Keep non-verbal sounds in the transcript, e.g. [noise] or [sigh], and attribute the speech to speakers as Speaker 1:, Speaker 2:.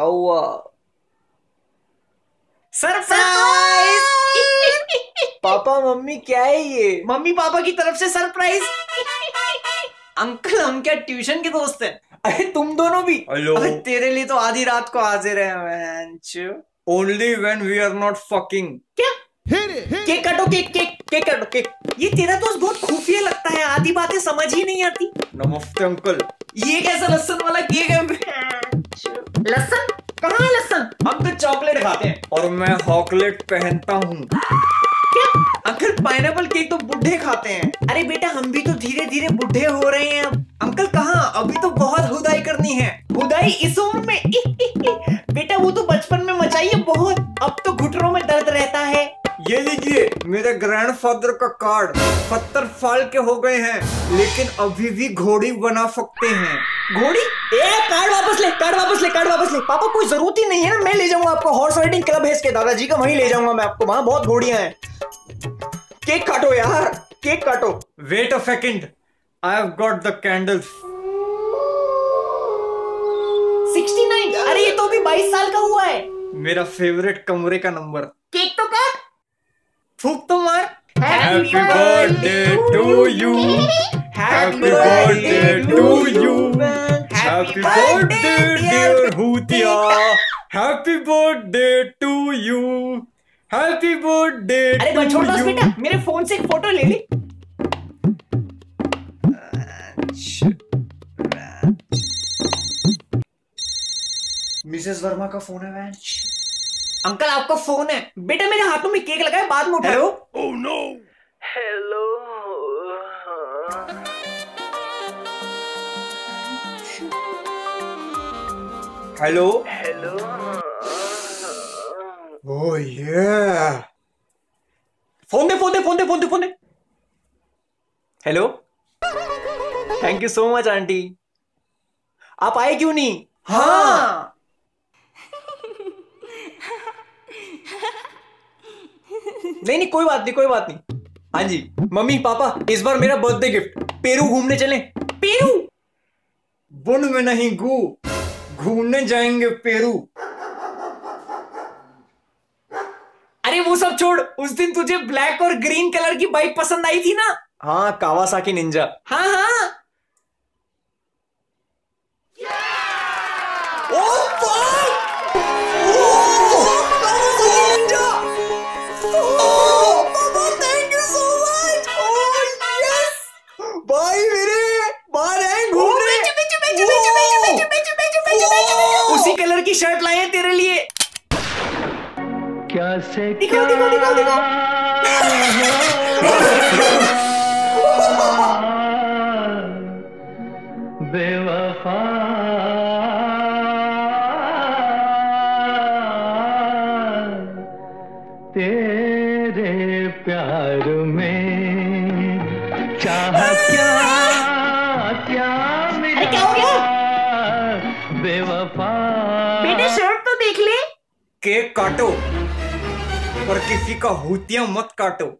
Speaker 1: हुआ
Speaker 2: सरप्राइज
Speaker 1: पापा मम्मी क्या है ये
Speaker 2: मम्मी पापा की तरफ से सरप्राइज
Speaker 1: [laughs]
Speaker 2: अंकल हम क्या ट्यूशन के दोस्त हैं
Speaker 1: अरे तुम दोनों भी
Speaker 2: हेलो अबे तेरे लिए तो आधी रात को हाजिर है मैंच
Speaker 1: only when we are not fucking
Speaker 2: क्या केक काटो केक केक केक काटो केक ये तेरा दोस्त बहुत खुफिया लगता है आधी बातें समझ ही नहीं आती
Speaker 1: नमस्ते अंकल
Speaker 2: ये कैसा लसन वाला केक है लसन कहाँ है लसन हम तो चॉकलेट खाते हैं
Speaker 1: और मैं हॉकलेट पहनता हूँ
Speaker 2: क्या अंकल पाइनएप्पल केक तो बूढ़े खाते हैं अरे बेटा हम भी तो धीरे धीरे बूढ़े हो रहे हैं अब अंकल कहाँ अभी तो बहुत हुदाई करनी है हुदाई इस उम्र में [laughs] बेटा वो तो बचपन में मचाइए बहुत अब तो घुटनों में दर्द रहता है
Speaker 1: ये लीजिए मेरे ग्रैंडफादर का कार्ड सत्तर साल के हो गए हैं लेकिन अभी भी घोड़ी बना सकते हैं
Speaker 2: घोड़ी ए कार्ड वापस ले कार्ड वापस ले कार्ड वापस ले पापा कोई जरूरत ही नहीं है ना मैं ले जाऊंगा आपको हॉर्स राइडिंग क्लब है इसके दादाजी का वहीं ले जाऊंगा मैं आपको वहां बहुत घोड़ियां हैं केक काटो यार केक काटो
Speaker 1: wait a second I have got the candles
Speaker 2: 69 अरे ये तो अभी 22 साल का हुआ है
Speaker 1: मेरा फेवरेट कमरे का नंबर [laughs]
Speaker 2: केक तो काट
Speaker 1: फूक तो मार
Speaker 2: Happy
Speaker 1: birthday to you. Happy birthday to you. Happy birthday dear Hutia. Happy birthday to you. Happy birthday
Speaker 2: अरे
Speaker 1: to
Speaker 2: बस छोड़ बस बेटा
Speaker 1: you.
Speaker 2: मेरे फोन से एक फोटो ले ली
Speaker 1: अच्छा। मिसेस वर्मा का फोन है वैन
Speaker 2: अंकल आपका फोन है बेटा मेरे हाथों में केक लगा है बाद में उठाओ
Speaker 1: oh no
Speaker 3: hello
Speaker 1: hello
Speaker 3: hello
Speaker 1: oh ये
Speaker 2: फोन दे फोन दे फोन दे फोन दे फोन दे hello thank you so much aunty आप आए क्यों नहीं हाँ नहीं नहीं कोई बात नहीं कोई बात नहीं हाँ जी मम्मी पापा इस बार मेरा बर्थडे गिफ्ट पेरू घूमने चलें पेरू
Speaker 1: बुन में नहीं गू घूमने जाएंगे पेरू
Speaker 2: अरे वो सब छोड़ उस दिन तुझे ब्लैक और ग्रीन कलर की बाइक पसंद आई थी ना हाँ कावासाकी निंजा हाँ हाँ ओ Oh, fuck! Oh, O, Kawasaki Ninja! Oh, Papa, thank you so much! Oh, yes! भाई मेरे बाहर आए घूमने Oh! उसी कलर की शर्ट लाए हैं तेरे लिए
Speaker 3: क्या से
Speaker 2: दिखाओ दिखाओ दिखाओ दिखाओ
Speaker 3: बेवफा तेरे प्यार में चाह क्या क्या मिला
Speaker 2: क्या हो गया?
Speaker 3: बेवफा
Speaker 2: शर्ट तो देख ले
Speaker 1: केक काटो पर किसी का हुतिया मत काटो